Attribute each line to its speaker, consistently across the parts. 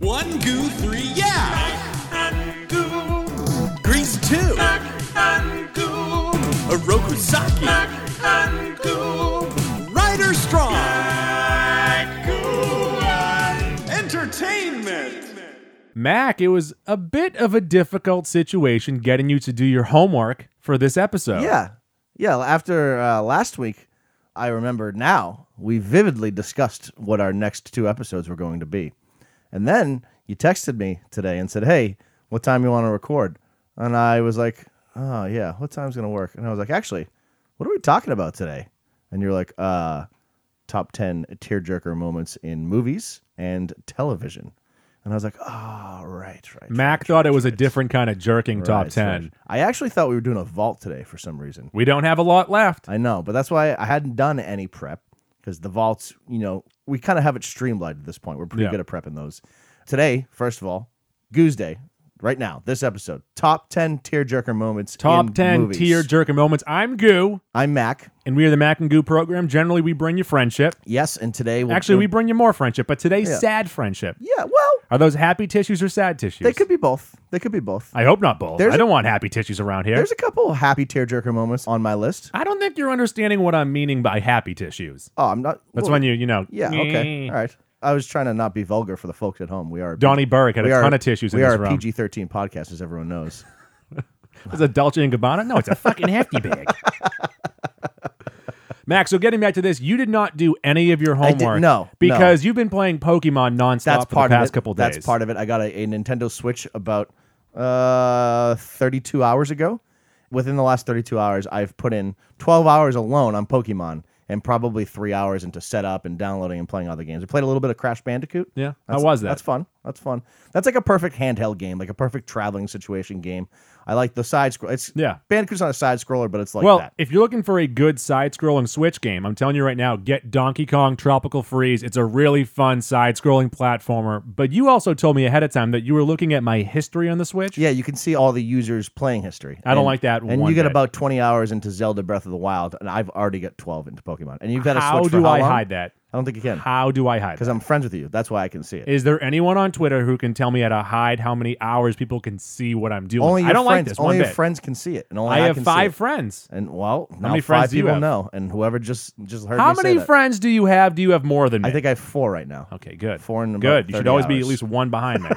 Speaker 1: One goo, three yeah. Grease two. A Rokusaki. Rider strong. Entertainment.
Speaker 2: Mac, it was a bit of a difficult situation getting you to do your homework for this episode.
Speaker 3: Yeah. Yeah. After uh, last week, I remember now we vividly discussed what our next two episodes were going to be. And then you texted me today and said, Hey, what time you want to record? And I was like, Oh, yeah. What time's going to work? And I was like, Actually, what are we talking about today? And you're like, uh, top 10 tearjerker moments in movies and television. And I was like, oh, right, right.
Speaker 2: Mac
Speaker 3: right,
Speaker 2: thought it
Speaker 3: right,
Speaker 2: was a
Speaker 3: right,
Speaker 2: different kind of jerking top
Speaker 3: right,
Speaker 2: 10.
Speaker 3: right." I actually thought we were doing a vault today for some reason.
Speaker 2: We don't have a lot left.
Speaker 3: I know, but that's why I hadn't done any prep because the vaults, you know, we kind of have it streamlined at this point. We're pretty
Speaker 2: Yeah.
Speaker 3: good at prepping those. Today, first of all, Goose Day, right now, this episode, top 10 tearjerker moments.
Speaker 2: Top
Speaker 3: in
Speaker 2: 10
Speaker 3: movies.
Speaker 2: tier jerking moments. I'm Goo,
Speaker 3: I'm Mac.
Speaker 2: and we are the Mac and Goo program. Generally, we bring you friendship.
Speaker 3: Yes, and today we'll
Speaker 2: Actually, we bring you more friendship, but today's
Speaker 3: Yeah.
Speaker 2: sad friendship.
Speaker 3: Yeah, well,
Speaker 2: Are those happy tissues or sad tissues?
Speaker 3: they could be both. They could be both.
Speaker 2: I hope not both.
Speaker 3: There's
Speaker 2: I
Speaker 3: a-
Speaker 2: don't want happy tissues around here.
Speaker 3: There's a couple happy tearjerker moments on my list.
Speaker 2: I don't think you're understanding what I'm meaning by happy tissues.
Speaker 3: Oh, I'm not.
Speaker 2: That's
Speaker 3: well,
Speaker 2: when you, you know.
Speaker 3: Yeah. Okay. All right. I was trying to not be vulgar for the folks at home. We are
Speaker 2: Donnie Burke had
Speaker 3: we
Speaker 2: a
Speaker 3: are-
Speaker 2: ton of tissues
Speaker 3: We
Speaker 2: in
Speaker 3: are
Speaker 2: his
Speaker 3: a
Speaker 2: room.
Speaker 3: PG-13 podcast, as everyone knows.
Speaker 2: Is it Dolce and Gabbana? No, it's a fucking hefty bag. Max, so getting back to this, you did not do any of your
Speaker 3: I did-
Speaker 2: homework.
Speaker 3: no,
Speaker 2: because you've been playing Pokemon nonstop
Speaker 3: That's
Speaker 2: for
Speaker 3: part
Speaker 2: the
Speaker 3: of
Speaker 2: past
Speaker 3: it.
Speaker 2: couple days.
Speaker 3: That's part of it. I got a, a Nintendo Switch about uh 32 hours ago. Within the last 32 hours, I've put in 12 hours alone on Pokemon, and probably three hours into setup and downloading and playing other games. I played a little bit of Crash Bandicoot.
Speaker 2: Yeah. How
Speaker 3: That's-
Speaker 2: was that?
Speaker 3: That's fun. That's fun. That's like a perfect handheld game, like a perfect traveling situation game. I like the side scroll. It's
Speaker 2: Yeah.
Speaker 3: Bandicoot's not a side scroller, but it's like
Speaker 2: well,
Speaker 3: that.
Speaker 2: if you're looking for a good side-scrolling Switch game, I'm telling you right now, get Donkey Kong Tropical Freeze. It's a really fun side-scrolling platformer. But you also told me ahead of time that you were looking at my history on the Switch.
Speaker 3: Yeah, you can see all the users' playing history.
Speaker 2: I don't like that
Speaker 3: And
Speaker 2: one
Speaker 3: you get
Speaker 2: bit.
Speaker 3: about twenty hours into Zelda Breath of the Wild, and I've already got twelve into Pokemon. And you've got a
Speaker 2: How
Speaker 3: switch for
Speaker 2: do
Speaker 3: how
Speaker 2: I
Speaker 3: long?
Speaker 2: hide that?
Speaker 3: I don't think you can
Speaker 2: How do I hide?
Speaker 3: because
Speaker 2: That?
Speaker 3: I'm friends with you. That's why I can see it.
Speaker 2: Is there anyone on Twitter who can tell me how to hide how many hours people can see what I'm doing?
Speaker 3: only your
Speaker 2: I don't like
Speaker 3: friends.
Speaker 2: this
Speaker 3: only
Speaker 2: one
Speaker 3: your
Speaker 2: bit.
Speaker 3: friends can see it, and only
Speaker 2: I have
Speaker 3: can see
Speaker 2: five
Speaker 3: it.
Speaker 2: friends.
Speaker 3: And well, now
Speaker 2: many
Speaker 3: five
Speaker 2: friends do you
Speaker 3: people
Speaker 2: have?
Speaker 3: know, and whoever just just heard
Speaker 2: How
Speaker 3: me say
Speaker 2: many
Speaker 3: that.
Speaker 2: friends do you have? Do you have more than me?
Speaker 3: I think I have four right now.
Speaker 2: Okay, good.
Speaker 3: Four and about
Speaker 2: good. You should
Speaker 3: 30
Speaker 2: always be at
Speaker 3: hours.
Speaker 2: least one behind me.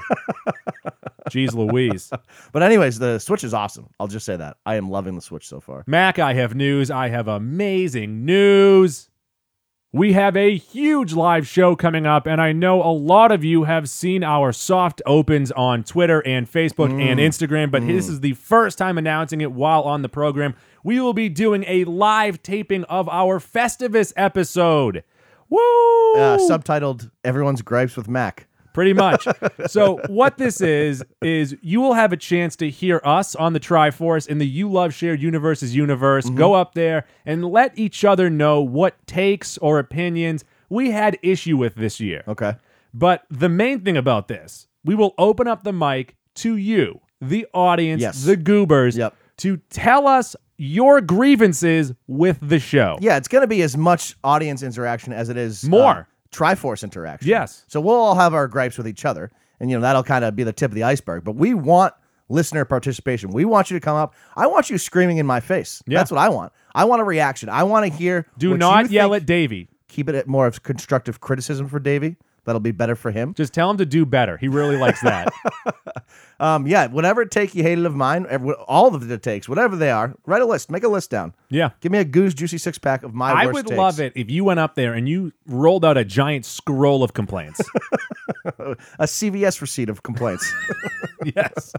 Speaker 2: Jeez Louise.
Speaker 3: But anyways, the Switch is awesome. I'll just say that I am loving the Switch so far.
Speaker 2: Mac, I have news. I have amazing news. We have a huge live show coming up, and I know a lot of you have seen our soft opens on Twitter and Facebook and Instagram, but this is the first time announcing it while on the program. We will be doing a live taping of our Festivus episode. Woo!
Speaker 3: Uh, subtitled "Everyone's Gripes with Mac."
Speaker 2: pretty much. so what this is is you will have a chance to hear us on the Triforce in the You Love Shared Universes universe.
Speaker 3: Mm-hmm.
Speaker 2: Go up there and let each other know what takes or opinions we had issue with this year.
Speaker 3: Okay.
Speaker 2: But the main thing about this, we will open up the mic to you, the audience,
Speaker 3: Yes.
Speaker 2: the goobers,
Speaker 3: Yep.
Speaker 2: to tell us your grievances with the show.
Speaker 3: Yeah, it's going to be as much audience interaction as it is
Speaker 2: More.
Speaker 3: uh, Triforce interaction.
Speaker 2: Yes.
Speaker 3: So we'll all have our gripes with each other, and you know that'll kind of be the tip of the iceberg. But we want listener participation. We want you to come up. I want you screaming in my face.
Speaker 2: Yeah.
Speaker 3: That's what I want. I want a reaction. I want to hear.
Speaker 2: Do
Speaker 3: what you
Speaker 2: not yell
Speaker 3: think.
Speaker 2: at Davey.
Speaker 3: Keep it at more of constructive criticism for Davey. That'll be better for him.
Speaker 2: Just tell him to do better. He really likes that.
Speaker 3: Um, yeah, whatever take you hated of mine, ev- all of the takes, whatever they are, write a list. Make a list down.
Speaker 2: yeah.
Speaker 3: Give me a goose juicy six pack of my.
Speaker 2: I
Speaker 3: worst
Speaker 2: would
Speaker 3: takes.
Speaker 2: love it if you went up there and you rolled out a giant scroll of complaints.
Speaker 3: A CVS receipt of complaints.
Speaker 2: yes.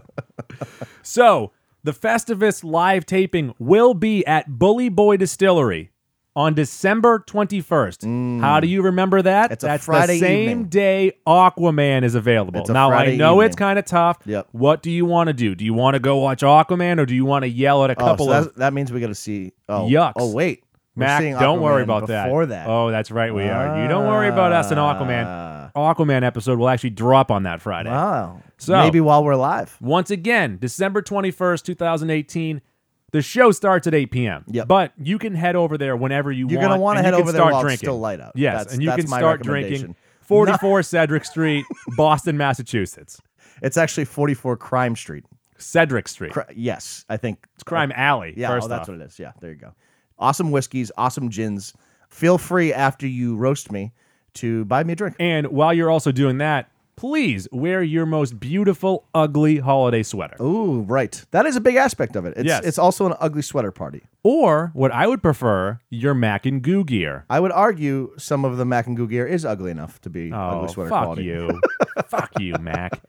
Speaker 2: So The Festivus live taping will be at Bully Boy Distillery on December 21st. How do you remember that?
Speaker 3: Mm. It's a
Speaker 2: That's
Speaker 3: Friday
Speaker 2: the same
Speaker 3: evening.
Speaker 2: day Aquaman is available.
Speaker 3: It's a
Speaker 2: now I
Speaker 3: Friday
Speaker 2: know
Speaker 3: evening.
Speaker 2: it's kind of tough.
Speaker 3: Yep.
Speaker 2: What do you want to do? Do you want to go watch Aquaman or do you want to yell at a
Speaker 3: Oh, so
Speaker 2: couple of
Speaker 3: that, that means we got to see. Oh,
Speaker 2: Yucks.
Speaker 3: Oh, wait. We're
Speaker 2: Mac,
Speaker 3: seeing
Speaker 2: don't worry
Speaker 3: Aquaman
Speaker 2: about that.
Speaker 3: Before that,
Speaker 2: Oh, that's right, we are. You don't worry about us and Aquaman. Aquaman episode will actually drop on that Friday.
Speaker 3: Ah. wow.
Speaker 2: So-
Speaker 3: Oh. maybe while we're live,
Speaker 2: Once again, December 21st, 2018. The show starts at 8 p.m.
Speaker 3: Yep.
Speaker 2: But you can head over there whenever you
Speaker 3: You're
Speaker 2: want.
Speaker 3: gonna wanna
Speaker 2: and
Speaker 3: head
Speaker 2: you can
Speaker 3: over there
Speaker 2: start
Speaker 3: while it's
Speaker 2: drinking.
Speaker 3: still light up.
Speaker 2: Yes,
Speaker 3: That's-
Speaker 2: and you
Speaker 3: that's
Speaker 2: can
Speaker 3: my
Speaker 2: start
Speaker 3: recommendation.
Speaker 2: drinking. 44 Cedric Street, Boston, Massachusetts.
Speaker 3: it's actually 44 Crime Street.
Speaker 2: Cedric Street.
Speaker 3: Cri- yes, I think
Speaker 2: it's Crime Alley.
Speaker 3: Yeah,
Speaker 2: first
Speaker 3: oh, that's
Speaker 2: off.
Speaker 3: what it is. Yeah, there you go. Awesome whiskeys, awesome gins. Feel free after you roast me to buy me a drink.
Speaker 2: And while you're also doing that, please wear your most beautiful, ugly holiday sweater.
Speaker 3: Ooh, right. That is a big aspect of it. It's
Speaker 2: Yes.
Speaker 3: it's also an ugly sweater party.
Speaker 2: Or what I would prefer, your Mac and Goo gear.
Speaker 3: I would argue some of the Mac and Goo gear is ugly enough to be
Speaker 2: Oh,
Speaker 3: ugly sweater
Speaker 2: fuck
Speaker 3: quality.
Speaker 2: you. fuck you, Mac.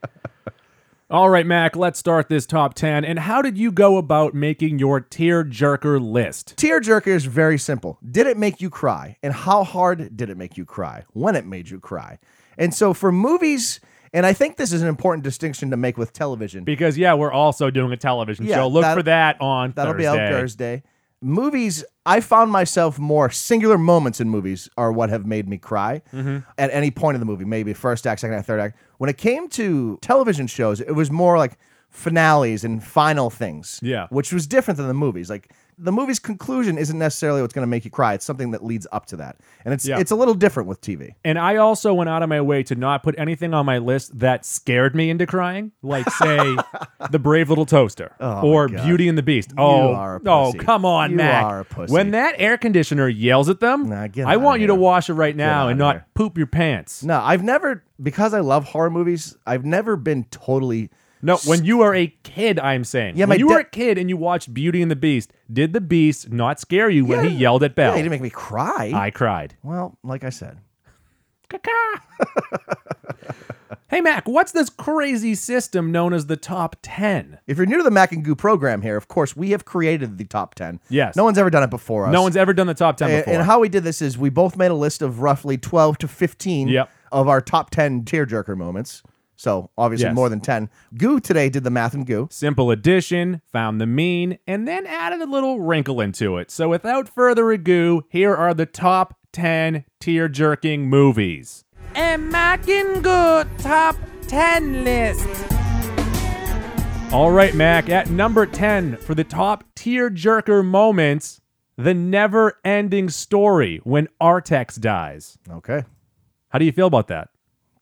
Speaker 2: All right, Mac, let's start this top 10. And how did you go about making your tear jerker list?
Speaker 3: Tearjerker is very simple. Did it make you cry? And how hard did it make you cry? When it made you cry? And so for movies, and I think this is an important distinction to make with television.
Speaker 2: Because, yeah, we're also doing a television
Speaker 3: Yeah,
Speaker 2: show. Look
Speaker 3: that-
Speaker 2: for that on
Speaker 3: That'll
Speaker 2: Thursday.
Speaker 3: be out Thursday. Movies, I found myself more singular moments in movies are what have made me cry
Speaker 2: Mm-hmm.
Speaker 3: at any point in the movie, maybe first act, second act, third act. When it came to television shows, it was more like finales and final things,
Speaker 2: Yeah.
Speaker 3: which was different than the movies. Like the movie's conclusion isn't necessarily what's going to make you cry; it's something that leads up to that, and it's
Speaker 2: Yeah.
Speaker 3: it's a little different with TV.
Speaker 2: And I also went out of my way to not put anything on my list that scared me into crying, like, say, The Brave Little Toaster
Speaker 3: Oh,
Speaker 2: or Beauty and the Beast. oh,
Speaker 3: are a
Speaker 2: oh,
Speaker 3: pussy.
Speaker 2: come on,
Speaker 3: You
Speaker 2: Mac.
Speaker 3: are a pussy.
Speaker 2: When that air conditioner yells at them,
Speaker 3: Nah, get
Speaker 2: I
Speaker 3: outta
Speaker 2: want you to
Speaker 3: here.
Speaker 2: wash it right now and
Speaker 3: outta
Speaker 2: not
Speaker 3: here.
Speaker 2: poop your pants.
Speaker 3: No, I've never because I love horror movies. I've never been totally
Speaker 2: No, when you are a kid, I'm saying.
Speaker 3: Yeah,
Speaker 2: when
Speaker 3: my
Speaker 2: you were
Speaker 3: da-
Speaker 2: a kid and you watched Beauty and the Beast, did the Beast not scare you when he yelled at
Speaker 3: Yeah,
Speaker 2: Belle?
Speaker 3: it didn't make me cry.
Speaker 2: I cried.
Speaker 3: well, like I said,
Speaker 2: Caca. hey, Mac, what's this crazy system known as the top 10?
Speaker 3: If you're new to the Mac and Goo program here, of course, we have created the top 10.
Speaker 2: Yes.
Speaker 3: No one's ever done it before us.
Speaker 2: No one's ever done the top 10
Speaker 3: and,
Speaker 2: before.
Speaker 3: and how we did this is we both made a list of roughly 12 to 15
Speaker 2: Yep.
Speaker 3: of our top 10 tearjerker moments. So obviously
Speaker 2: Yes.
Speaker 3: more than 10. Goo today did the math and goo.
Speaker 2: Simple addition, found the mean, and then added a little wrinkle into it. So without further ado, here are the top 10 tear jerking movies. And Mac and Good top 10 list. All right, Mac, at number 10 for the top tear jerker moments, the never ending story when Artex dies.
Speaker 3: Okay.
Speaker 2: How do you feel about that?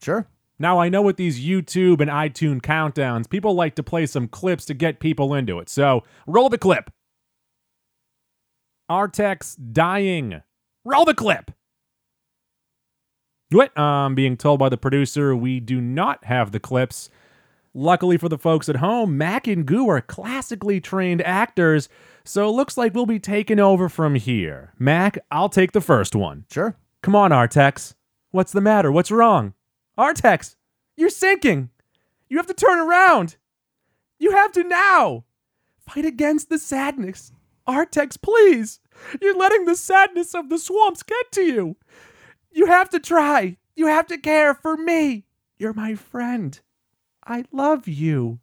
Speaker 3: Sure.
Speaker 2: Now, I know with these YouTube and iTunes countdowns, people like to play some clips to get people into it. So, roll the clip. Artex dying. Roll the clip. What? I'm being told by the producer we do not have the clips. Luckily for the folks at home, Mac and Goo are classically trained actors, so it looks like we'll be taking over from here. Mac, I'll take the first one.
Speaker 3: Sure.
Speaker 2: Come on, Artex. What's the matter? What's wrong? Artex, you're sinking. You have to turn around. You have to now. Fight against the sadness. Artex, please. You're letting the sadness of the swamps get to you. You have to try. You have to care for me. You're my friend. I love you.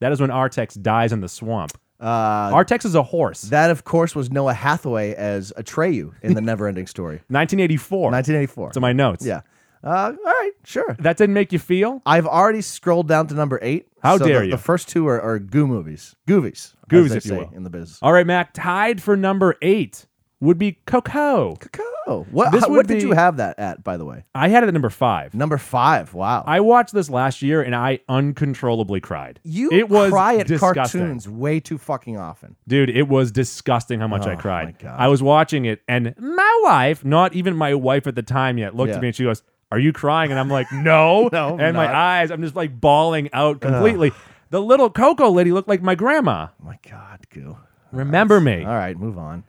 Speaker 2: That is when Artex dies in the swamp.
Speaker 3: Uh,
Speaker 2: Artex is a horse.
Speaker 3: that, of course, was Noah Hathaway as Atreyu in The Neverending Story,
Speaker 2: 1984.
Speaker 3: 1984.
Speaker 2: to my notes.
Speaker 3: yeah. Uh, all right. Sure.
Speaker 2: That didn't make you feel?
Speaker 3: I've already scrolled down to number eight.
Speaker 2: How
Speaker 3: so
Speaker 2: dare
Speaker 3: the,
Speaker 2: you.
Speaker 3: The first two are, are goo movies, goovies,
Speaker 2: Goovies,
Speaker 3: as they
Speaker 2: if you
Speaker 3: say
Speaker 2: will.
Speaker 3: in the biz.
Speaker 2: All right, Mac, tied for number eight would be Coco.
Speaker 3: Cacao. What,
Speaker 2: This
Speaker 3: how-
Speaker 2: would
Speaker 3: what
Speaker 2: be-
Speaker 3: did you have that at, by the way?
Speaker 2: I had it at number five.
Speaker 3: Number five. Wow.
Speaker 2: I watched this last year and I uncontrollably cried.
Speaker 3: you
Speaker 2: it was
Speaker 3: cry at
Speaker 2: disgusting.
Speaker 3: cartoons way too fucking often.
Speaker 2: Dude, it was disgusting how much I cried.
Speaker 3: Oh, my God.
Speaker 2: I was watching it and my wife, not even my wife at the time yet, looked
Speaker 3: Yeah.
Speaker 2: at me and she goes, Are you crying? And I'm like, No.
Speaker 3: No, I'm
Speaker 2: and my
Speaker 3: not.
Speaker 2: eyes, I'm just like bawling out completely. The little Coco lady looked like my grandma.
Speaker 3: my God, goo.
Speaker 2: Remember me.
Speaker 3: All right, move on.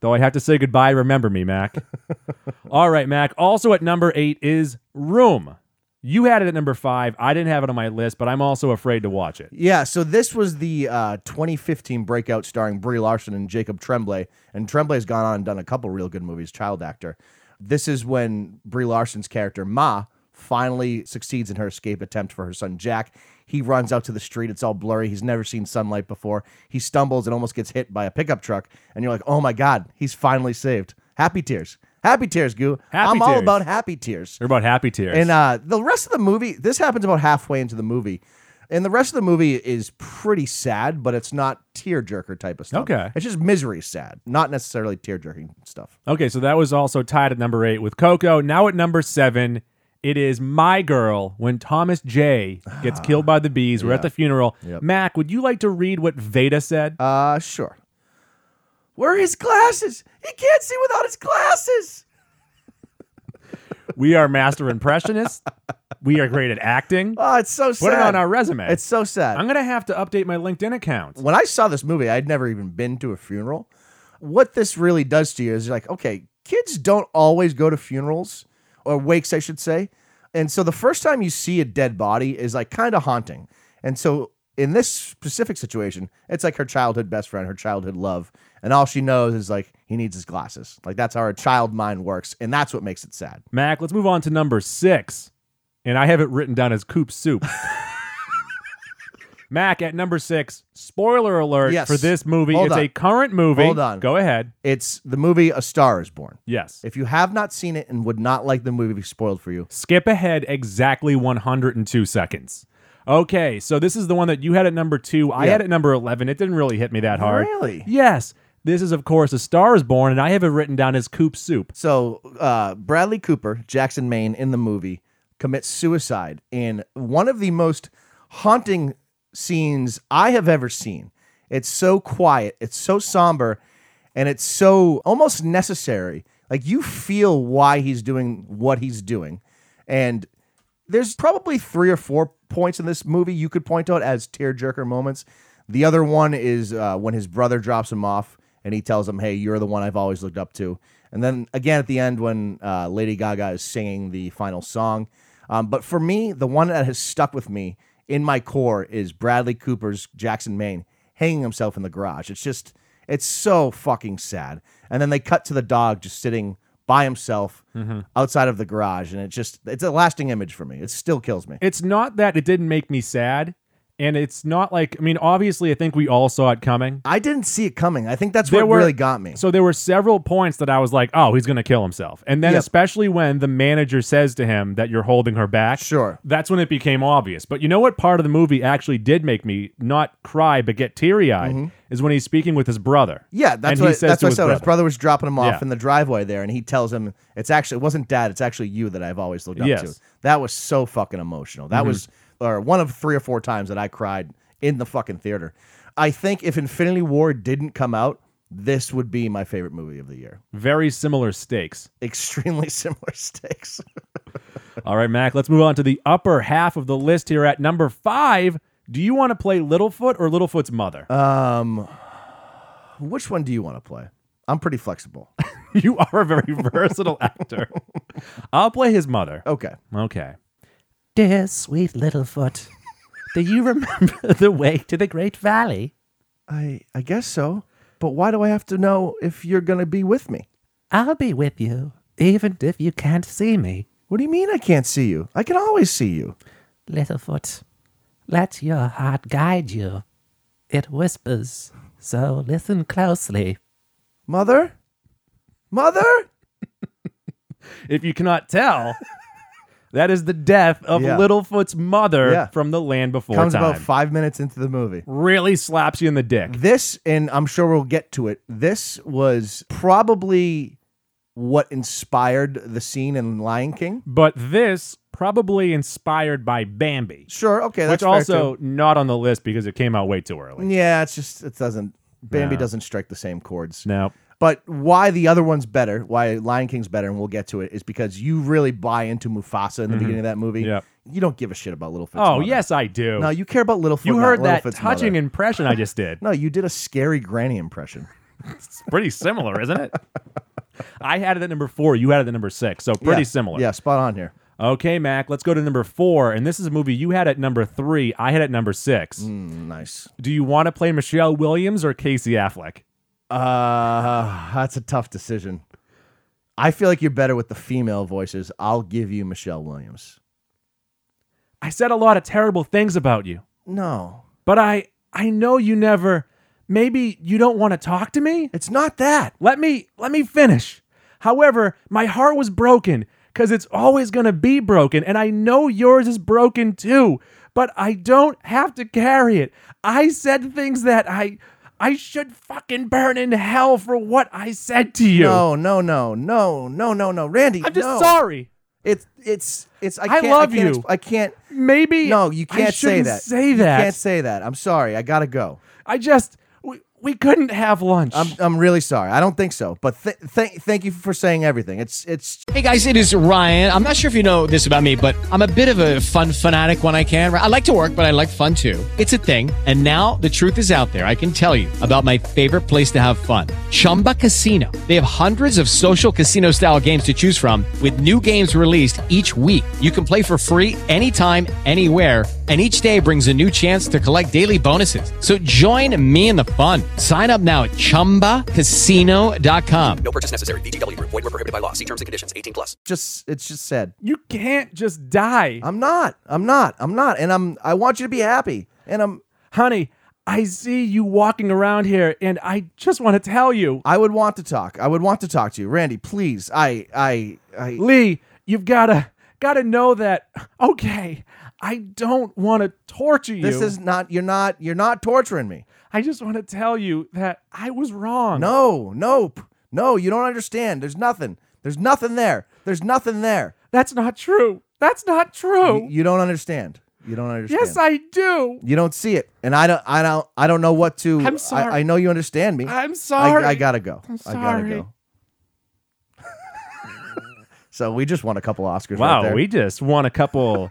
Speaker 2: Though I have to say goodbye, remember me, Mac. All right, Mac. Also at number eight is Room. You had it at number five. I didn't have it on my list, but I'm also afraid to watch it.
Speaker 3: Yeah, so this was the uh, 2015 breakout starring Brie Larson and Jacob Tremblay, and Tremblay's gone on and done a couple real good movies, child actor. This is when Brie Larson's character Ma finally succeeds in her escape attempt for her son Jack. He runs out to the street. It's all blurry. He's never seen sunlight before. He stumbles and almost gets hit by a pickup truck. And you're like, oh my God, he's finally saved. Happy tears. Happy tears, Goo.
Speaker 2: Happy
Speaker 3: I'm all
Speaker 2: tears.
Speaker 3: about happy tears.
Speaker 2: They're about happy tears.
Speaker 3: And uh, the rest of the movie, this happens about halfway into the movie. And the rest of the movie is pretty sad, but it's not tearjerker type of stuff.
Speaker 2: Okay.
Speaker 3: It's just misery sad, not necessarily tearjerking stuff.
Speaker 2: okay, so that was also tied at number eight with Coco. Now at number seven, it is My Girl when Thomas J gets killed by the bees. We're at the funeral. Mac, would you like to read what Veda said?
Speaker 3: Uh, sure. Where are his glasses? He can't see without his glasses.
Speaker 2: we are master impressionists. we are great at acting.
Speaker 3: Oh, it's so sad.
Speaker 2: Put it on our resume.
Speaker 3: It's so sad.
Speaker 2: I'm gonna have to update my LinkedIn account.
Speaker 3: when I saw this movie, I'd never even been to a funeral. What this really does to you is you're like, okay, kids don't always go to funerals or wakes, I should say. And so the first time you see a dead body is like kind of haunting. And so in this specific situation, it's like her childhood best friend, her childhood love. And all she knows is like, he needs his glasses. Like that's how her child mind works. And that's what makes it sad.
Speaker 2: Mac, let's move on to number six. And I have it written down as Coop Soup. Mac at number six. Spoiler alert
Speaker 3: Yes.
Speaker 2: for this movie.
Speaker 3: Hold
Speaker 2: it's
Speaker 3: on.
Speaker 2: a current movie.
Speaker 3: Hold on.
Speaker 2: Go ahead.
Speaker 3: It's the movie A Star is Born.
Speaker 2: Yes.
Speaker 3: If you have not seen it and would not like the movie be spoiled for you,
Speaker 2: Skip ahead exactly 102 seconds. Okay, so this is the one that you had at number two. I
Speaker 3: Yeah.
Speaker 2: had at number 11. It didn't really hit me that hard.
Speaker 3: Really?
Speaker 2: Yes. This is, of course, A Star is Born, and I have it written down as Coop Soup.
Speaker 3: So uh, Bradley Cooper, Jackson Maine in the movie, commits suicide in one of the most haunting scenes I have ever seen. It's so quiet, it's so somber, and it's so almost necessary. Like you feel why he's doing what he's doing. And there's probably three or four points in this movie you could point out as tearjerker moments. The other one is uh, when his brother drops him off and he tells him, "Hey, you're the one I've always looked up to." And then again at the end when uh, Lady Gaga is singing the final song. Um, but for me, the one that has stuck with me in my core is Bradley Cooper's Jackson Maine hanging himself in the garage. It's just, it's so fucking sad. And then they cut to the dog just sitting by himself
Speaker 2: Mm-hmm.
Speaker 3: outside of the garage, and it just, it's a lasting image for me. It still kills me.
Speaker 2: it's not that it didn't make me sad and it's not like i mean obviously i think we all saw it coming
Speaker 3: I didn't see it coming. I think that's
Speaker 2: There
Speaker 3: what
Speaker 2: were-
Speaker 3: really got me.
Speaker 2: so there were several points that i was like oh he's gonna kill himself and then
Speaker 3: Yep.
Speaker 2: especially when the manager says to him that you're holding her back
Speaker 3: Sure.
Speaker 2: that's when it became obvious but you know what part of the movie actually did make me not cry but get teary-eyed is when he's speaking with his brother
Speaker 3: Mm-hmm. Yeah, that's
Speaker 2: and
Speaker 3: what,
Speaker 2: he says
Speaker 3: that's
Speaker 2: to
Speaker 3: what I
Speaker 2: his
Speaker 3: said.
Speaker 2: brother,
Speaker 3: His brother was dropping him off
Speaker 2: Yeah.
Speaker 3: in the driveway there, and he tells him, "It's actually it wasn't dad. It's actually you that I've always looked up to."
Speaker 2: Yes. Mm-hmm.
Speaker 3: That was so fucking emotional. That was or one of three or four times that I cried in the fucking theater. I think if Infinity War didn't come out, this would be my favorite movie of the year.
Speaker 2: very similar stakes
Speaker 3: Extremely similar stakes.
Speaker 2: all right mac let's move on to the upper half of the list here at number five do you want to play littlefoot or littlefoot's mother
Speaker 3: Uh. Which one do you want to play? I'm pretty flexible.
Speaker 2: You are a very versatile actor. I'll play his mother.
Speaker 3: Okay.
Speaker 2: Okay.
Speaker 4: Dear sweet little foot, do you remember the way to the Great Valley?
Speaker 3: I I guess so. But why do I have to know if you're gonna be with me?
Speaker 4: I'll be with you, even if you can't see me,
Speaker 3: What do you mean I can't see you? I can always see you.
Speaker 4: little foot. Let your heart guide you. It whispers, so listen closely.
Speaker 3: Mother? Mother?
Speaker 2: If you cannot tell, that is the death of
Speaker 3: Yeah.
Speaker 2: Littlefoot's mother
Speaker 3: Yeah.
Speaker 2: from the land before
Speaker 3: Comes
Speaker 2: time.
Speaker 3: about Mm-hmm. five minutes into the movie.
Speaker 2: really slaps you in the dick.
Speaker 3: This, and I'm sure we'll get to it, this was probably what inspired the scene in Lion King.
Speaker 2: But this probably inspired by Bambi,
Speaker 3: Sure, okay, that's
Speaker 2: which
Speaker 3: fair,
Speaker 2: also not on the list because it came out way too
Speaker 3: too.
Speaker 2: early.
Speaker 3: Yeah, it's just, it doesn't, Bambi
Speaker 2: No.
Speaker 3: doesn't strike the same chords.
Speaker 2: No.
Speaker 3: But why the other one's better, why Lion King's better, and we'll get to it, is because you really buy into Mufasa in the beginning of that movie.
Speaker 2: Mm-hmm. Yep.
Speaker 3: You don't give a shit about Littlefoot's
Speaker 2: Oh,
Speaker 3: mother.
Speaker 2: yes, I do.
Speaker 3: No, you care about Littlefoot.
Speaker 2: you
Speaker 3: not
Speaker 2: heard that
Speaker 3: Littlefoot's mother.
Speaker 2: touching impression I just did.
Speaker 3: No, you did a scary granny impression.
Speaker 2: It's pretty similar, isn't it? I had it at number four. You had it at number six. So pretty
Speaker 3: Yeah.
Speaker 2: similar.
Speaker 3: Yeah, spot on here.
Speaker 2: Okay, Mac, let's go to number four. And this is a movie you had at number three. I had at number six.
Speaker 3: Nice.
Speaker 2: Do you want to play Michelle Williams or Casey Affleck?
Speaker 3: Uh, that's a tough decision. I feel like you're better with the female voices. I'll give you Michelle Williams.
Speaker 2: I said a lot of terrible things about you,
Speaker 3: No,
Speaker 2: but I I know you never maybe you don't want to talk to me?
Speaker 3: it's not that.
Speaker 2: Let me let me finish. However, my heart was broken cuz it's always going to be broken and I know yours is broken too, but I don't have to carry it. I said things that I I should fucking burn in hell for what I said to you.
Speaker 3: No, no, no, no, no, no, no. Randy,
Speaker 2: I'm just
Speaker 3: no.
Speaker 2: sorry.
Speaker 3: It's it's it's. I,
Speaker 2: I
Speaker 3: can't,
Speaker 2: love
Speaker 3: I can't
Speaker 2: you.
Speaker 3: exp- I can't.
Speaker 2: Maybe
Speaker 3: No, you
Speaker 2: I
Speaker 3: can't say
Speaker 2: shouldn't
Speaker 3: that.
Speaker 2: Say
Speaker 3: You
Speaker 2: that.
Speaker 3: can't say that. I'm sorry. I gotta go.
Speaker 2: I just we, we couldn't have lunch.
Speaker 3: I'm I'm really sorry. I don't think so. But th- th- thank you for saying everything. It's it's
Speaker 5: Hey guys, it is Ryan. I'm not sure if you know this about me, but I'm a bit of a fun fanatic when I can. I like to work, but I like fun too. It's a thing. And now the truth is out there. I can tell you about my favorite place to have fun Chumba Casino. They have hundreds of social casino style games to choose from, with new games released each week. You can play for free anytime, anywhere. And each day brings a new chance to collect daily bonuses. So join me in the fun. Sign up now at chumbacasino.com.
Speaker 6: No purchase necessary. VGW Group. Void were prohibited by law. See terms and conditions. 18 plus.
Speaker 3: just it's just sad.
Speaker 2: you can't just die.
Speaker 3: I'm not. I'm not. I'm not. And I'm. I want you to be happy. And I'm.
Speaker 2: Honey, I see you walking around here and I just want to tell you,
Speaker 3: I would want to talk. I would want to talk to you, Randy. Please. I. I. I.
Speaker 2: Lee, you've got to got to know that okay, I don't want to torture you.
Speaker 3: This is not. You're not. You're not torturing me.
Speaker 2: I just want to tell you that I was wrong.
Speaker 3: No. Nope. No. You don't understand. There's nothing. There's nothing there. There's nothing there.
Speaker 2: That's not true. That's not
Speaker 3: You,
Speaker 2: true.
Speaker 3: you don't understand. You don't understand.
Speaker 2: yes, I do.
Speaker 3: You don't see it, and I don't. I don't. I don't know what to.
Speaker 2: I'm
Speaker 3: I-
Speaker 2: sorry.
Speaker 3: I, know you understand me.
Speaker 2: I'm sorry.
Speaker 3: I, I gotta go.
Speaker 2: I'm
Speaker 3: I gotta
Speaker 2: sorry.
Speaker 3: go. so we just won a couple Oscars. right
Speaker 2: Wow,
Speaker 3: there.
Speaker 2: we just won a couple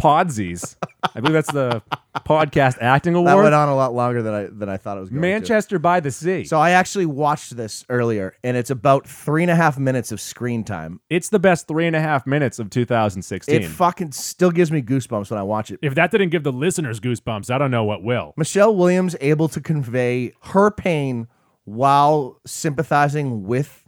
Speaker 2: podsies. I believe that's the podcast acting
Speaker 3: that
Speaker 2: award.
Speaker 3: went on a lot longer than I than I thought it was going to.
Speaker 2: Manchester by the Sea.
Speaker 3: So I actually watched this earlier, and it's about three and a half minutes of screen time.
Speaker 2: it's the best three and a half minutes of 2016.
Speaker 3: It fucking still gives me goosebumps when I watch it.
Speaker 2: if that didn't give the listeners goosebumps, I don't know what will.
Speaker 3: Michelle Williams able to convey her pain while sympathizing with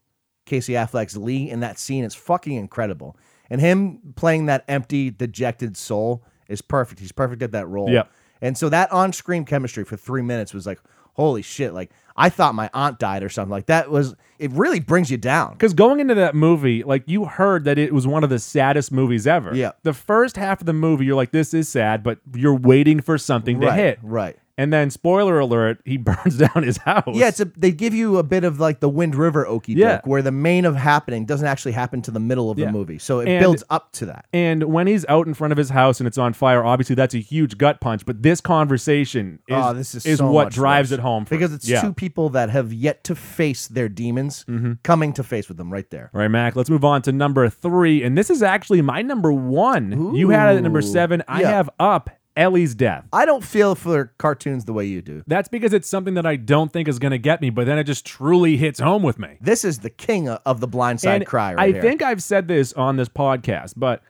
Speaker 3: Casey Affleck's Lee in that scene is fucking incredible. And him playing that empty, dejected soul is perfect. He's perfect at that role.
Speaker 2: Yep.
Speaker 3: And so that on screen chemistry for three minutes was like, holy shit. Like, I thought my aunt died or something. Like, that was, it really brings you down.
Speaker 2: Because going into that movie, like you heard that it was one of the saddest movies ever.
Speaker 3: Yeah.
Speaker 2: The first half of the movie, you're like, this is sad, but you're waiting for something to
Speaker 3: right,
Speaker 2: hit.
Speaker 3: Right.
Speaker 2: And then, spoiler alert, he burns down his house.
Speaker 3: Yeah, it's a, they give you a bit of like the Wind River okey
Speaker 2: Yeah.
Speaker 3: doke, where the main of happening doesn't actually happen to the middle of
Speaker 2: Yeah.
Speaker 3: the movie, so it
Speaker 2: And-
Speaker 3: builds up to that.
Speaker 2: and when he's out in front of his house and it's on fire, obviously that's a huge gut punch. But this conversation is,
Speaker 3: oh, this is,
Speaker 2: is
Speaker 3: so
Speaker 2: what
Speaker 3: much
Speaker 2: drives
Speaker 3: worse.
Speaker 2: it home. For
Speaker 3: because it's
Speaker 2: yeah. Mm-hmm.
Speaker 3: two people that have yet to face their demons coming to face with them right there.
Speaker 2: All right, Mac, let's move on to number three. And this is actually my number one. You had it at number
Speaker 3: Ooh.
Speaker 2: seven. I
Speaker 3: Yeah.
Speaker 2: have up Ellie's death.
Speaker 3: I don't feel for cartoons the way you do.
Speaker 2: That's because it's something that I don't think is going to get me, but then it just truly hits home with me.
Speaker 3: This is the king o- of the blind side
Speaker 2: And
Speaker 3: cry
Speaker 2: I
Speaker 3: right here.
Speaker 2: think I've said this on this podcast, but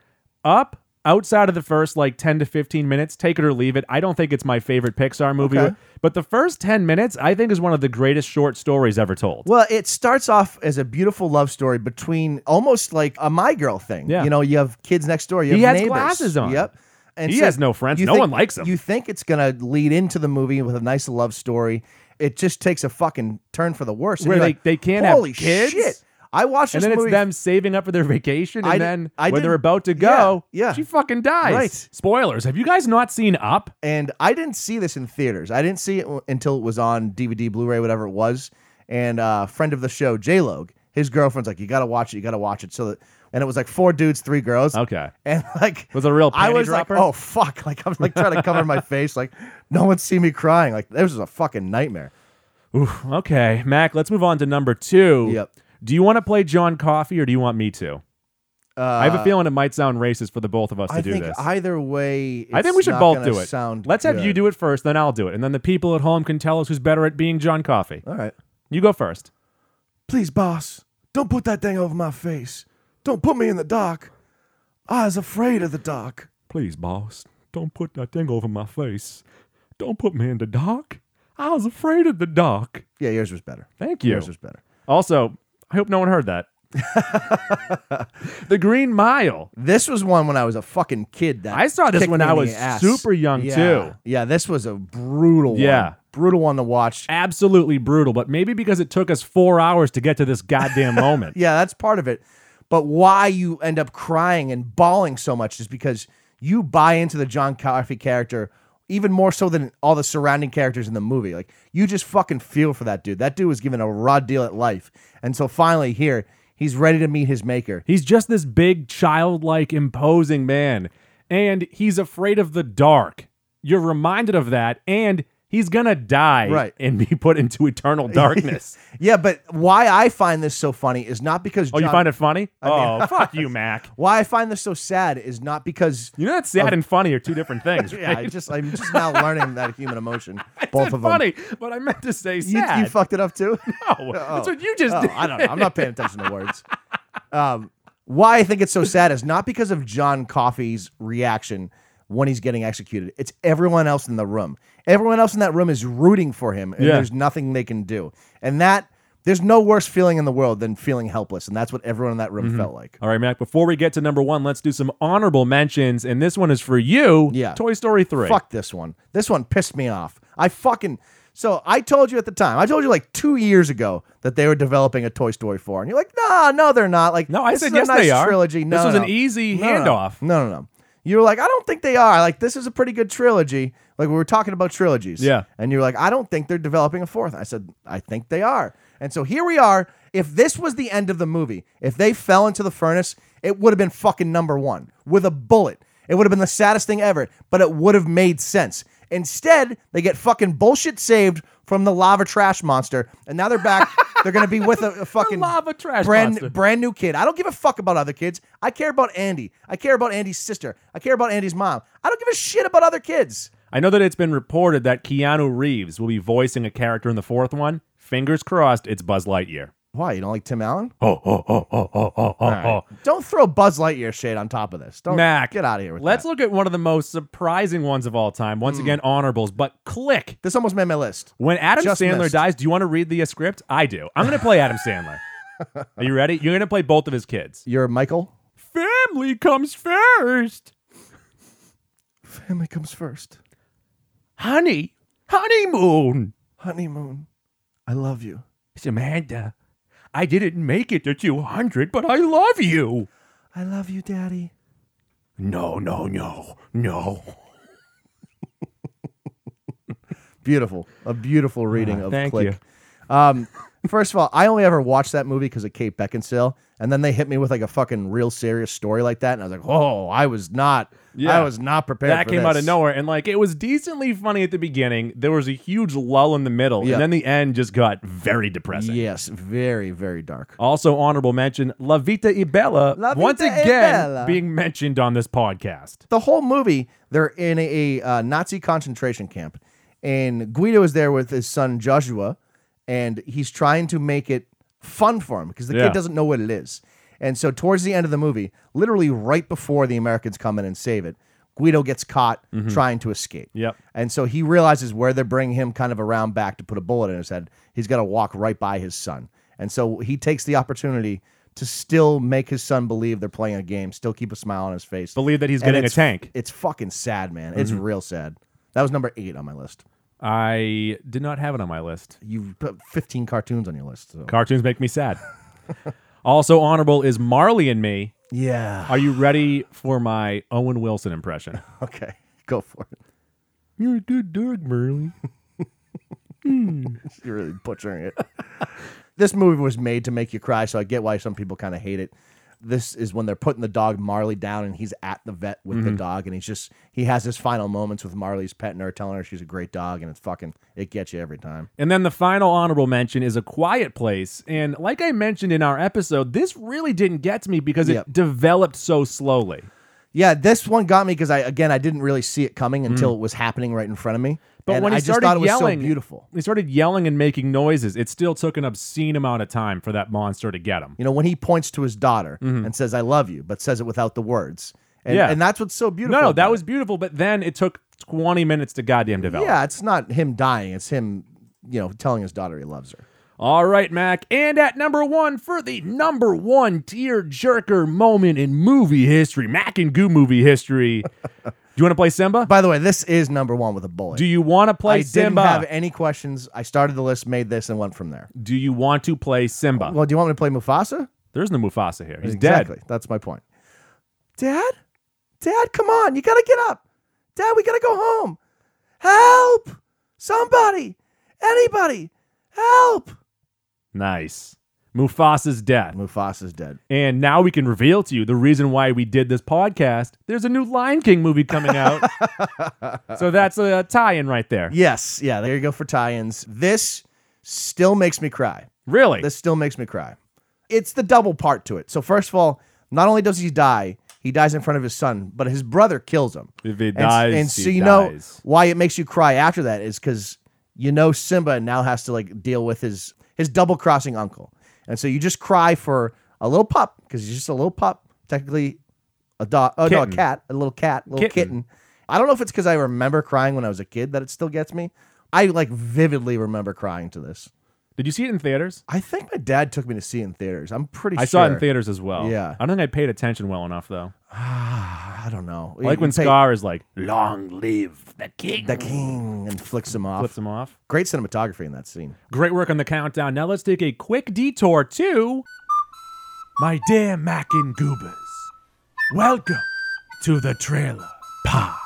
Speaker 2: up outside of the first like 10 to 15 minutes, take it or leave it. I don't think it's my favorite Pixar movie,
Speaker 3: Okay.
Speaker 2: but the first 10 minutes I think is one of the greatest short stories ever told.
Speaker 3: Well, it starts off as a beautiful love story between almost like a my girl thing.
Speaker 2: Yeah.
Speaker 3: You know, you have kids next door. You
Speaker 2: He
Speaker 3: have
Speaker 2: has
Speaker 3: neighbors.
Speaker 2: glasses on.
Speaker 3: Yep. And
Speaker 2: He has no friends.
Speaker 3: you
Speaker 2: No
Speaker 3: think-
Speaker 2: one likes him.
Speaker 3: You think it's gonna lead into the movie with a nice love story. It just takes a fucking turn for the worse. And
Speaker 2: Where
Speaker 3: you're
Speaker 2: they-
Speaker 3: like,
Speaker 2: they can't have
Speaker 3: Holy
Speaker 2: kids?"
Speaker 3: shit! I watched
Speaker 2: and
Speaker 3: this
Speaker 2: then it's
Speaker 3: movie.
Speaker 2: them saving up for their vacation, and
Speaker 3: I di-
Speaker 2: then
Speaker 3: I
Speaker 2: when they're
Speaker 3: didn't-
Speaker 2: about to go,
Speaker 3: yeah, yeah.
Speaker 2: she fucking dies.
Speaker 3: Right.
Speaker 2: Spoilers. Have you guys not seen Up?
Speaker 3: and I didn't see this in theaters. I didn't see it w- until it was on DVD, Blu-ray, whatever it was. And uh, friend of the show, J Log, his girlfriend's like, "You gotta watch it. You gotta watch it." So, that, and it was like four dudes, three girls.
Speaker 2: Okay.
Speaker 3: And like,
Speaker 2: Was it a real
Speaker 3: I
Speaker 2: panty
Speaker 3: was
Speaker 2: dropper?
Speaker 3: like, "Oh fuck!" Like I was like trying to cover my face. Like no one's seen me crying. Like this was a fucking nightmare.
Speaker 2: Okay, Mac, let's move on to number two.
Speaker 3: Yep.
Speaker 2: Do you want to play John Coffey or do you want me to? I have a feeling it might sound racist for the both of us to
Speaker 3: Uh, I
Speaker 2: do
Speaker 3: think
Speaker 2: this.
Speaker 3: either way,
Speaker 2: I think
Speaker 3: it's
Speaker 2: we should
Speaker 3: not
Speaker 2: both
Speaker 3: gonna
Speaker 2: do it.
Speaker 3: Sound
Speaker 2: let's have you
Speaker 3: good.
Speaker 2: do it first, then I'll do it. And then the people at home can tell us who's better at being John Coffey.
Speaker 3: All right.
Speaker 2: You go first.
Speaker 3: Please, boss, don't put that thing over my face. Don't put me in the dock. I was afraid of the dark.
Speaker 2: Please, boss, don't put that thing over my face. Don't put me in the dark. I was afraid of the dark.
Speaker 3: Yeah, yours was better.
Speaker 2: Thank you.
Speaker 3: Yours was better.
Speaker 2: Also, I hope no one heard that. the Green Mile.
Speaker 3: This was one when I was a fucking kid. That
Speaker 2: I saw this
Speaker 3: kicked
Speaker 2: when
Speaker 3: me in
Speaker 2: I
Speaker 3: the
Speaker 2: was
Speaker 3: ass.
Speaker 2: super young,
Speaker 3: Yeah.
Speaker 2: too.
Speaker 3: Yeah, this was a brutal one.
Speaker 2: Yeah.
Speaker 3: Brutal one to watch.
Speaker 2: Absolutely brutal, but maybe because it took us four hours to get to this goddamn moment.
Speaker 3: Yeah, that's part of it. But why you end up crying and bawling so much is because you buy into the John Coffey character even more so than all the surrounding characters in the movie. Like you just fucking feel for that dude. That dude was given a raw deal at life. And so finally here, he's ready to meet his maker.
Speaker 2: He's just this big, childlike, imposing man. And he's afraid of the dark. You're reminded of that, and he's gonna die
Speaker 3: Right.
Speaker 2: and be put into eternal darkness.
Speaker 3: Yeah, but why I find this so funny is not because
Speaker 2: oh,
Speaker 3: John,
Speaker 2: you find it funny?
Speaker 3: mean-
Speaker 2: oh, fuck you, Mac.
Speaker 3: why I find this so sad is not because
Speaker 2: You know that sad and funny are two different things.
Speaker 3: yeah, I
Speaker 2: right?
Speaker 3: just I'm just now learning that human emotion.
Speaker 2: I
Speaker 3: both
Speaker 2: said
Speaker 3: of them.
Speaker 2: funny, but I meant to say
Speaker 3: You,
Speaker 2: sad.
Speaker 3: you fucked it up too.
Speaker 2: no, that's what you just
Speaker 3: Oh,
Speaker 2: did.
Speaker 3: I don't know. I'm not paying attention to words. Um, why I think it's so sad is not because of John Coffey's reaction when he's getting executed. It's everyone else in the room. Everyone else in that room is rooting for him, and
Speaker 2: Yeah.
Speaker 3: there's nothing they can do. And that there's no worse feeling in the world than feeling helpless, and that's what everyone in that
Speaker 2: Mm-hmm.
Speaker 3: room felt like.
Speaker 2: All right, Mac. Before we get to number one, let's do some honorable mentions, and this one is for you.
Speaker 3: Yeah.
Speaker 2: Toy Story three.
Speaker 3: Fuck this one. This one pissed me off. I fucking so I told you at the time. I told you like two years ago that they were developing a Toy Story four, and you're like, nah, no, they're not. Like,
Speaker 2: No, I
Speaker 3: this
Speaker 2: said
Speaker 3: is
Speaker 2: yes,
Speaker 3: a nice
Speaker 2: they are.
Speaker 3: Trilogy. No,
Speaker 2: This was
Speaker 3: no,
Speaker 2: an easy
Speaker 3: no, no, no.
Speaker 2: handoff.
Speaker 3: No, no, no. You were like, I don't think they are. Like, this is a pretty good trilogy. Like we were talking about trilogies.
Speaker 2: Yeah.
Speaker 3: And you're like, I don't think they're developing a fourth. I said, I think they are. And so here we are. If this was the end of the movie, if they fell into the furnace, it would have been fucking number one with a bullet. It would have been the saddest thing ever, but it would have made sense. Instead, they get fucking bullshit saved from the lava trash monster, and now they're back. they're gonna be with a, a fucking
Speaker 2: lava trash
Speaker 3: brand
Speaker 2: monster.
Speaker 3: brand new kid. I don't give a fuck about other kids. I care about Andy. I care about Andy's sister. I care about Andy's mom. I don't give a shit about other kids.
Speaker 2: I know that it's been reported that Keanu Reeves will be voicing a character in the fourth one. Fingers crossed, it's Buzz Lightyear.
Speaker 3: Why you don't like Tim Allen?
Speaker 2: Oh, oh, oh, oh, oh, oh, oh, oh.
Speaker 3: Don't throw Buzz Lightyear shade on top of this. Don't
Speaker 2: Mac,
Speaker 3: Oh, get out of here with
Speaker 2: Let's
Speaker 3: that.
Speaker 2: look at one of the most surprising ones of all time. Once again, honorables, but click.
Speaker 3: This almost made my list.
Speaker 2: When Adam
Speaker 3: Just
Speaker 2: Sandler
Speaker 3: missed.
Speaker 2: dies, do you want to read the uh, script? I do. I'm going to play Adam Sandler. Are you ready? You're going to play both of his kids.
Speaker 3: You're Michael.
Speaker 2: Family comes first.
Speaker 3: Family comes first.
Speaker 2: Honey. Honeymoon.
Speaker 3: Honeymoon. I love you.
Speaker 2: Samantha, I didn't make it to 200, but I love you.
Speaker 3: I love you, Daddy.
Speaker 2: No, no, Oh, no, no.
Speaker 3: Beautiful. A beautiful reading of
Speaker 2: Ah, Thank
Speaker 3: Click.
Speaker 2: you.
Speaker 3: Um, first of all, I only ever watched that movie because of Kate Beckinsale, and then they hit me with like a fucking real serious story like that, and I was like, "Whoa, I was not,
Speaker 2: Yeah.
Speaker 3: I was not prepared."
Speaker 2: That
Speaker 3: for
Speaker 2: came
Speaker 3: this.
Speaker 2: out of nowhere, and like it was decently funny at the beginning. There was a huge lull in the middle,
Speaker 3: Yeah.
Speaker 2: and then the end just got very depressing.
Speaker 3: Yes, very, very dark.
Speaker 2: Also, honorable mention La Vita e Bella,
Speaker 3: La
Speaker 2: once
Speaker 3: Vita e
Speaker 2: again
Speaker 3: Bella.
Speaker 2: being mentioned on this podcast.
Speaker 3: The whole movie, they're in a, uh, Nazi concentration camp, and Guido is there with his son Joshua, and he's trying to make it fun for him because the
Speaker 2: Yeah.
Speaker 3: kid doesn't know what it is. And so, towards the end of the movie, literally right before the Americans come in and save it, Guido gets caught trying to escape.
Speaker 2: Mm-hmm. Yep.
Speaker 3: And so he realizes where they're bringing him kind of around back to put a bullet in his head. He's got to walk right by his son. And so he takes the opportunity to still make his son believe they're playing a game, still keep a smile on his face.
Speaker 2: Believe that he's
Speaker 3: And
Speaker 2: getting a
Speaker 3: it's-
Speaker 2: tank. Mm-hmm.
Speaker 3: It's fucking sad, man. It's real sad. That was number eight on my list.
Speaker 2: I did not have it on my list.
Speaker 3: You put 15 cartoons on your list. So.
Speaker 2: Cartoons make me sad. also, honorable is Marley and Me.
Speaker 3: yeah.
Speaker 2: Are you ready for my Owen Wilson impression?
Speaker 3: Okay. Go for it.
Speaker 2: You're a good dog, Marley.
Speaker 3: You're really butchering it. this movie was made to make you cry, so I get why some people kind of hate it. This is when they're putting the dog Marley down, and he's at the vet with
Speaker 2: Mm-hmm.
Speaker 3: the dog, and he's just he has his final moments with Marley's petting her, telling her she's a great dog, and it's fucking it gets you every time.
Speaker 2: And then the final honorable mention is A Quiet Place. And like I mentioned in our episode, this really didn't get to me because
Speaker 3: Yep.
Speaker 2: it developed so slowly.
Speaker 3: Yeah, this one got me because I again I didn't really see it coming until it was happening right in front of me.
Speaker 2: Mm. But
Speaker 3: And
Speaker 2: when he
Speaker 3: I just
Speaker 2: started
Speaker 3: thought it
Speaker 2: yelling,
Speaker 3: was so beautiful.
Speaker 2: He started yelling and making noises. It still took an obscene amount of time for that monster to get him.
Speaker 3: You know, when he points to his daughter and says, "I love you," but says it without the words. And,
Speaker 2: Mm-hmm. Yeah.
Speaker 3: and that's what's so beautiful.
Speaker 2: No, no,
Speaker 3: about
Speaker 2: that
Speaker 3: it.
Speaker 2: was beautiful. But then it took 20 minutes to goddamn develop.
Speaker 3: Yeah, it's not him dying. It's him, you know, telling his daughter he loves her.
Speaker 2: All right, Mac. And at number one for the number one tear jerker moment in movie history, Mac and Goo movie history. Do you want to play Simba?
Speaker 3: By the way, this is number one with a bullet.
Speaker 2: Do you want to play
Speaker 3: I didn't
Speaker 2: Simba?
Speaker 3: have any questions. I started the list, made this, and went from there.
Speaker 2: Do you want to play Simba?
Speaker 3: Well, do you want me to play Mufasa?
Speaker 2: There's no Mufasa here. He's
Speaker 3: exactly.
Speaker 2: dead.
Speaker 3: That's my point. Dad, Dad, come on! You gotta get up. Dad, we gotta go home. Help! Somebody, anybody, help!
Speaker 2: Nice. Mufasa's dead.
Speaker 3: Mufasa's dead.
Speaker 2: And now we can reveal to you the reason why we did this podcast. There's a new Lion King movie coming out. so that's a tie in right there.
Speaker 3: Yes, yeah. There you go for tie-ins. This still makes me cry.
Speaker 2: Really?
Speaker 3: This still makes me cry. It's the double part to it. So first of all, not only does he die, he dies in front of his son, but his brother kills him.
Speaker 2: If he
Speaker 3: And-
Speaker 2: dies,
Speaker 3: and,
Speaker 2: he
Speaker 3: so you know
Speaker 2: dies.
Speaker 3: why it makes you cry after that is because you know Simba now has to like deal with his his double crossing uncle, and so you just cry for a little pup because he's just a little pup, technically a dog, oh no, a
Speaker 2: Kitten.
Speaker 3: cat, a little cat, a little
Speaker 2: Kitten.
Speaker 3: kitten. I don't know if it's because I remember crying when I was a kid that it still gets me. I like vividly remember crying to this.
Speaker 2: Did you see it in theaters?
Speaker 3: I think my dad took me to see it in theaters. I'm pretty
Speaker 2: I
Speaker 3: sure.
Speaker 2: saw it in theaters as well.
Speaker 3: Yeah.
Speaker 2: I don't think I paid attention well enough, though.
Speaker 3: I don't know.
Speaker 2: Like
Speaker 3: You
Speaker 2: when
Speaker 3: take
Speaker 2: Scar is like, long live the king.
Speaker 3: the king and flicks him off.
Speaker 2: Flips him off.
Speaker 3: Great cinematography in that scene.
Speaker 2: Great work on the countdown. Now let's take a quick detour to my dear Mac and Goobers. Welcome to the trailer park.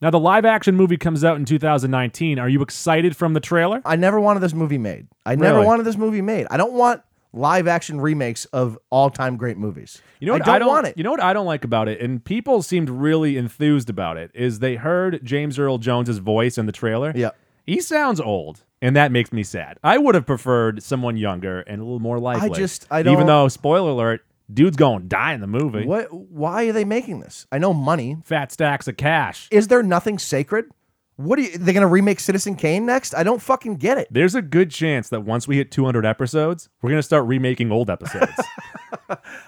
Speaker 2: Now the live action movie comes out in 2019. Are you excited from the trailer?
Speaker 3: I never wanted this movie made. I never
Speaker 2: Really?
Speaker 3: wanted this movie made. I don't want live action remakes of all time great movies.
Speaker 2: You know what
Speaker 3: I don't, want it.
Speaker 2: You know what I don't like about it, and people seemed really enthused about it, is they heard James Earl Jones's voice in the trailer.
Speaker 3: Yeah.
Speaker 2: he sounds old, and that makes me sad. I would have preferred someone younger and a little more lively.
Speaker 3: just- I
Speaker 2: even
Speaker 3: don't-
Speaker 2: though spoiler alert, dude's going to die in the movie.
Speaker 3: what why are they making this? I know money.
Speaker 2: Fat stacks of cash.
Speaker 3: Is there nothing sacred? What are you they're gonna remake Citizen Kane next? I don't fucking get it.
Speaker 2: There's a good chance that once we hit 200 episodes, we're gonna start remaking old episodes.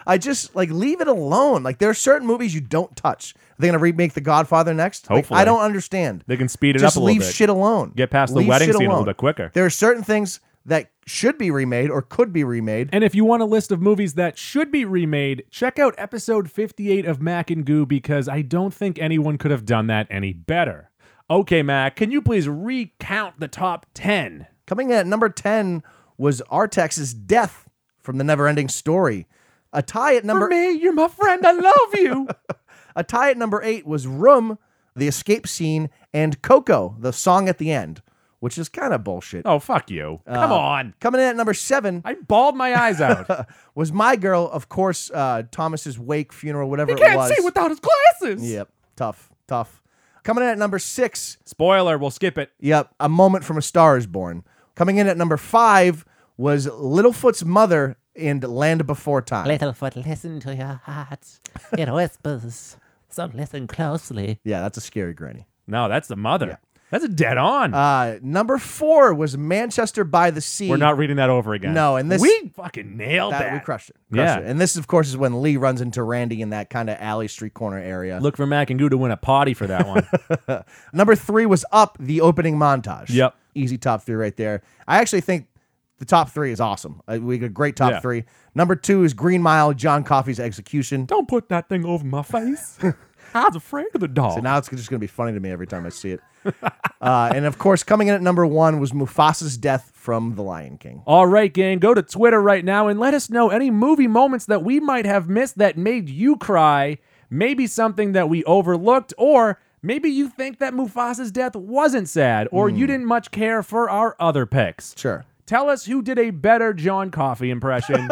Speaker 3: I just like leave it alone. Like there are certain movies you don't touch. Are they gonna remake The Godfather next? Like,
Speaker 2: Hopefully.
Speaker 3: I don't understand.
Speaker 2: they can speed it
Speaker 3: just
Speaker 2: up a little
Speaker 3: leave
Speaker 2: bit.
Speaker 3: shit alone.
Speaker 2: Get past the
Speaker 3: Leave
Speaker 2: wedding
Speaker 3: shit
Speaker 2: scene a little
Speaker 3: alone.
Speaker 2: bit quicker.
Speaker 3: There are certain things that should be remade or could be remade.
Speaker 2: And if you want a list of movies that should be remade, check out episode 58 of Mac and Goo because I don't think anyone could have done that any better. Okay, Mac, can you please recount the top 10?
Speaker 3: Coming in at number 10 was Artax's death from the never-ending story. A tie at number
Speaker 2: me, you're my friend. I love you.
Speaker 3: a tie at number 8 was Room, the escape scene and Coco, the song at the end, which is kind of bullshit.
Speaker 2: oh, fuck you. Come
Speaker 3: Uh,
Speaker 2: on.
Speaker 3: Coming in at number 7
Speaker 2: I bawled my eyes out.
Speaker 3: was my girl, of course, uh, Thomas's wake, funeral, whatever it was.
Speaker 2: without his glasses.
Speaker 3: Yep. Tough. Tough. Coming in at number six.
Speaker 2: Spoiler, we'll skip it.
Speaker 3: Yep. A moment from a star is born. Coming in at number five was Littlefoot's mother in Land Before Time.
Speaker 4: Littlefoot, listen to your heart. It whispers. So listen closely.
Speaker 3: yeah, that's a scary granny.
Speaker 2: No, that's the mother. That's a dead on.
Speaker 3: Uh, number four was Manchester by the Sea.
Speaker 2: We're not reading that over again.
Speaker 3: No, and this-
Speaker 2: we fucking nailed that.
Speaker 3: that, we crushed it.
Speaker 2: Yeah.
Speaker 3: Crushed it. And this, of course, is when Lee runs into Randy in that kind of alley street corner area.
Speaker 2: Look for Mac and Goo to win a potty for that one.
Speaker 3: Number three was up the opening montage.
Speaker 2: Yep.
Speaker 3: Easy top three right there. I actually think the top three is awesome. Uh, We got a great top
Speaker 2: Yeah.
Speaker 3: three. Number two is Green Mile, John Coffey's execution.
Speaker 2: Don't put that thing over my face. I was afraid of the dog.
Speaker 3: So now it's just going to be funny to me every time I see it. uh, and of course, coming in at number one was Mufasa's death from The Lion King.
Speaker 2: All right, gang, go to Twitter right now and let us know any movie moments that we might have missed that made you cry, maybe something that we overlooked, or maybe you think that Mufasa's death wasn't sad, or you didn't much care for our other picks.
Speaker 3: Sure.
Speaker 2: Tell us who did a better John Coffey impression.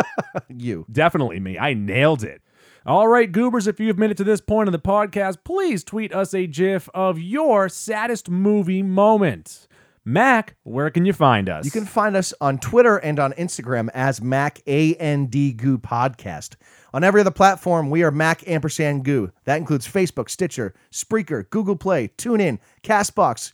Speaker 3: You.
Speaker 2: Definitely me. I nailed it. All right, goobers, if you've made it to this point in the podcast, please tweet us a gif of your saddest movie moment. Mac, where can you find us?
Speaker 3: You can find us on Twitter and on Instagram as Mac A N D Goo Podcast. On every other platform, we are Mac ampersand Goo. That includes Facebook, Stitcher, Spreaker, Google Play, TuneIn, Castbox,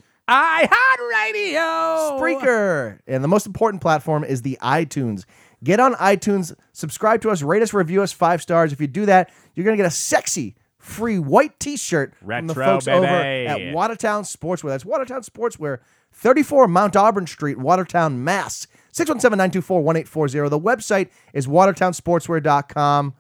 Speaker 2: iHeartRadio.
Speaker 3: Spreaker. And the most important platform is the iTunes. Get on iTunes, subscribe to us, rate us, review us five stars. If you do that, you're going to get a sexy free white t shirt from the
Speaker 2: Retro,
Speaker 3: folks over
Speaker 2: baby.
Speaker 3: at Watertown Sportswear. That's Watertown Sportswear, 34 Mount Auburn Street, Watertown, Mass. 617 924 1840. The website is watertownsportswear.com.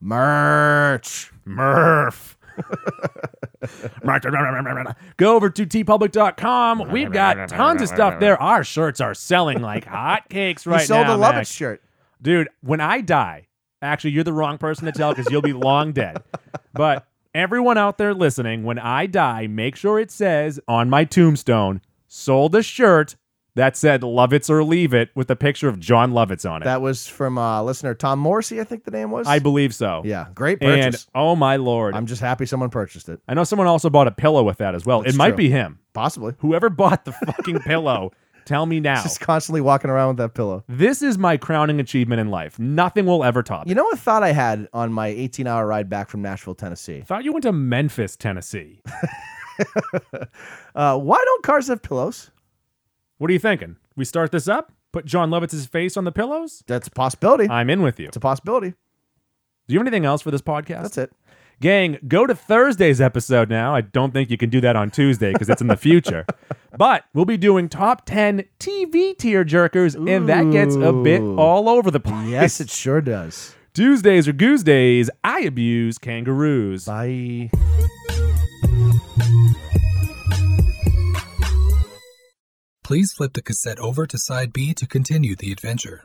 Speaker 3: Merch.
Speaker 2: Murph. Go over to tpublic.com. We've got tons of stuff there. Our shirts are selling like hotcakes right
Speaker 3: You sold
Speaker 2: now.
Speaker 3: a love
Speaker 2: Mac.
Speaker 3: it shirt.
Speaker 2: Dude, when I die, actually, you're the wrong person to tell because you'll be long dead. But everyone out there listening, when I die, make sure it says on my tombstone, sold a shirt that said Lovitz or Leave It with a picture of John Lovitz on it.
Speaker 3: That was from uh, listener Tom Morrissey, I think the name was.
Speaker 2: I believe so.
Speaker 3: yeah, great purchase.
Speaker 2: And oh my lord.
Speaker 3: I'm just happy someone purchased it.
Speaker 2: I know someone also bought a pillow with that as well.
Speaker 3: That's
Speaker 2: it might
Speaker 3: true.
Speaker 2: be him.
Speaker 3: Possibly.
Speaker 2: Whoever bought the fucking pillow, tell me now.
Speaker 3: Just constantly walking around with that pillow.
Speaker 2: This is my crowning achievement in life. Nothing will ever top.
Speaker 3: You know what thought I had on my 18 hour ride back from Nashville, Tennessee?
Speaker 2: I thought you went to Memphis, Tennessee.
Speaker 3: Uh, why don't cars have pillows?
Speaker 2: What are you thinking? We start this up? Put John Lovitz's face on the pillows?
Speaker 3: That's a possibility.
Speaker 2: I'm in with you.
Speaker 3: Uh, it's a possibility.
Speaker 2: Do you have anything else for this podcast?
Speaker 3: That's it.
Speaker 2: Gang, go to Thursday's episode now. I don't think you can do that on Tuesday because it's in the future. but we'll be doing top 10 TV tier jerkers, and that gets a bit
Speaker 3: Ooh.
Speaker 2: all over the place.
Speaker 3: Yes, it sure does.
Speaker 2: Tuesdays or Goose Days, I abuse kangaroos.
Speaker 3: Bye.
Speaker 7: Please flip the cassette over to side B to continue the adventure.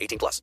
Speaker 6: 18 plus.